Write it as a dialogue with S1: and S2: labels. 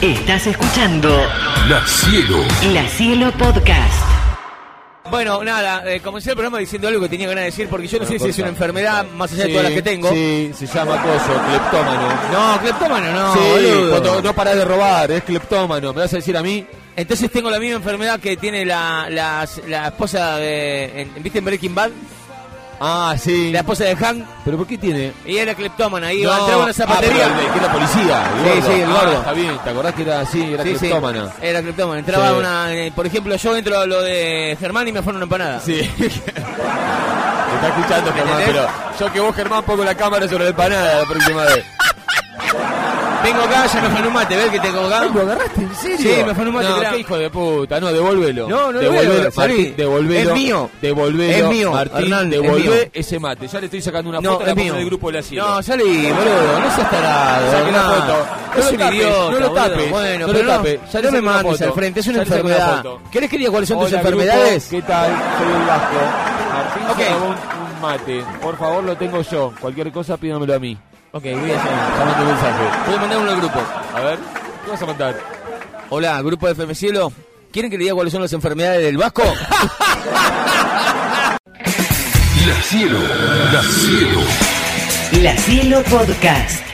S1: Estás escuchando
S2: La Cielo.
S1: La Cielo Podcast.
S3: Bueno, nada, eh, comencé el programa diciendo algo que tenía ganas de decir, porque yo no sé si es una enfermedad más allá de todas las que tengo.
S4: Sí, se llama coso, cleptómano.
S3: No, cleptómano no.
S4: sí,
S3: boludo.
S4: cuando no parás de robar, es cleptómano. ¿Me vas a decir a mí?
S3: Entonces tengo la misma enfermedad que tiene la, la, la esposa de. en- ¿Viste en Breaking Bad?
S4: Ah, sí.
S3: La esposa de Hank,
S4: ¿Pero por qué tiene?
S3: y era cleptómana, y entraba en una zapatería.
S4: Ah, pero el- que era policía.
S3: Sí, sí, el gordo.
S4: Ah, está bien, ¿te acordás que era así? Era
S3: Sí, sí,
S4: cleptómano.
S3: Era cleptómana. Entraba
S4: Sí.
S3: una. eh, por ejemplo, yo entro a lo de Germán y me fueron una empanada.
S4: Sí. Te está escuchando, Germán,
S3: ¿Entendés?
S4: pero yo que vos, Germán, pongo la cámara sobre la empanada la próxima vez.
S3: Vengo acá, ya me fueron un mate, ¿ves que te acá?
S4: agarraste en serio?
S3: Sí, me fue un mate,
S4: No,
S3: mirá.
S4: qué hijo de puta. No, devuélvelo.
S3: No, no lo voy a
S4: devuélvelo.
S3: devolver,
S4: Martín,
S3: Martín.
S4: devolvelo.
S3: Es mío.
S4: Devolvelo.
S3: Es mío,
S4: Martín,
S3: Hernán, es
S4: devolvé
S3: mío.
S4: ese mate. Ya le estoy sacando una
S3: No,
S4: foto
S3: es
S4: la
S3: mío.
S4: del grupo de la Cielo.
S3: No, salí, boludo, no seas tarado.
S4: Saqué la
S3: Hernán.
S4: foto.
S3: Es
S4: No lo
S3: un
S4: tapes,
S3: idiota,
S4: no lo
S3: boludo.
S4: tapes,
S3: Bueno,
S4: no
S3: pero
S4: lo
S3: no,
S4: tapes. Ya le
S3: no me
S4: saqué una
S3: mandes
S4: foto.
S3: al frente, es una
S4: Ya le saqué una
S3: enfermedad.
S4: foto.
S3: ¿Querés que diga cuáles son tus
S4: Hola, grupo.
S3: enfermedades?
S4: ¿Qué tal? Soy el Vasco. Martín se
S3: Ok.
S4: robó un, un mate. Por favor, lo tengo yo. Cualquier cosa, pídamelo a mí.
S3: Ok, voy a hacer.
S4: Llamando un mensaje.
S3: Voy a mandar uno al grupo.
S4: A ver, ¿qué vas a mandar?
S3: Hola, grupo de FM Cielo. ¿Quieren que le diga cuáles son las enfermedades del Vasco?
S2: La Cielo. La Cielo.
S1: La Cielo Podcast.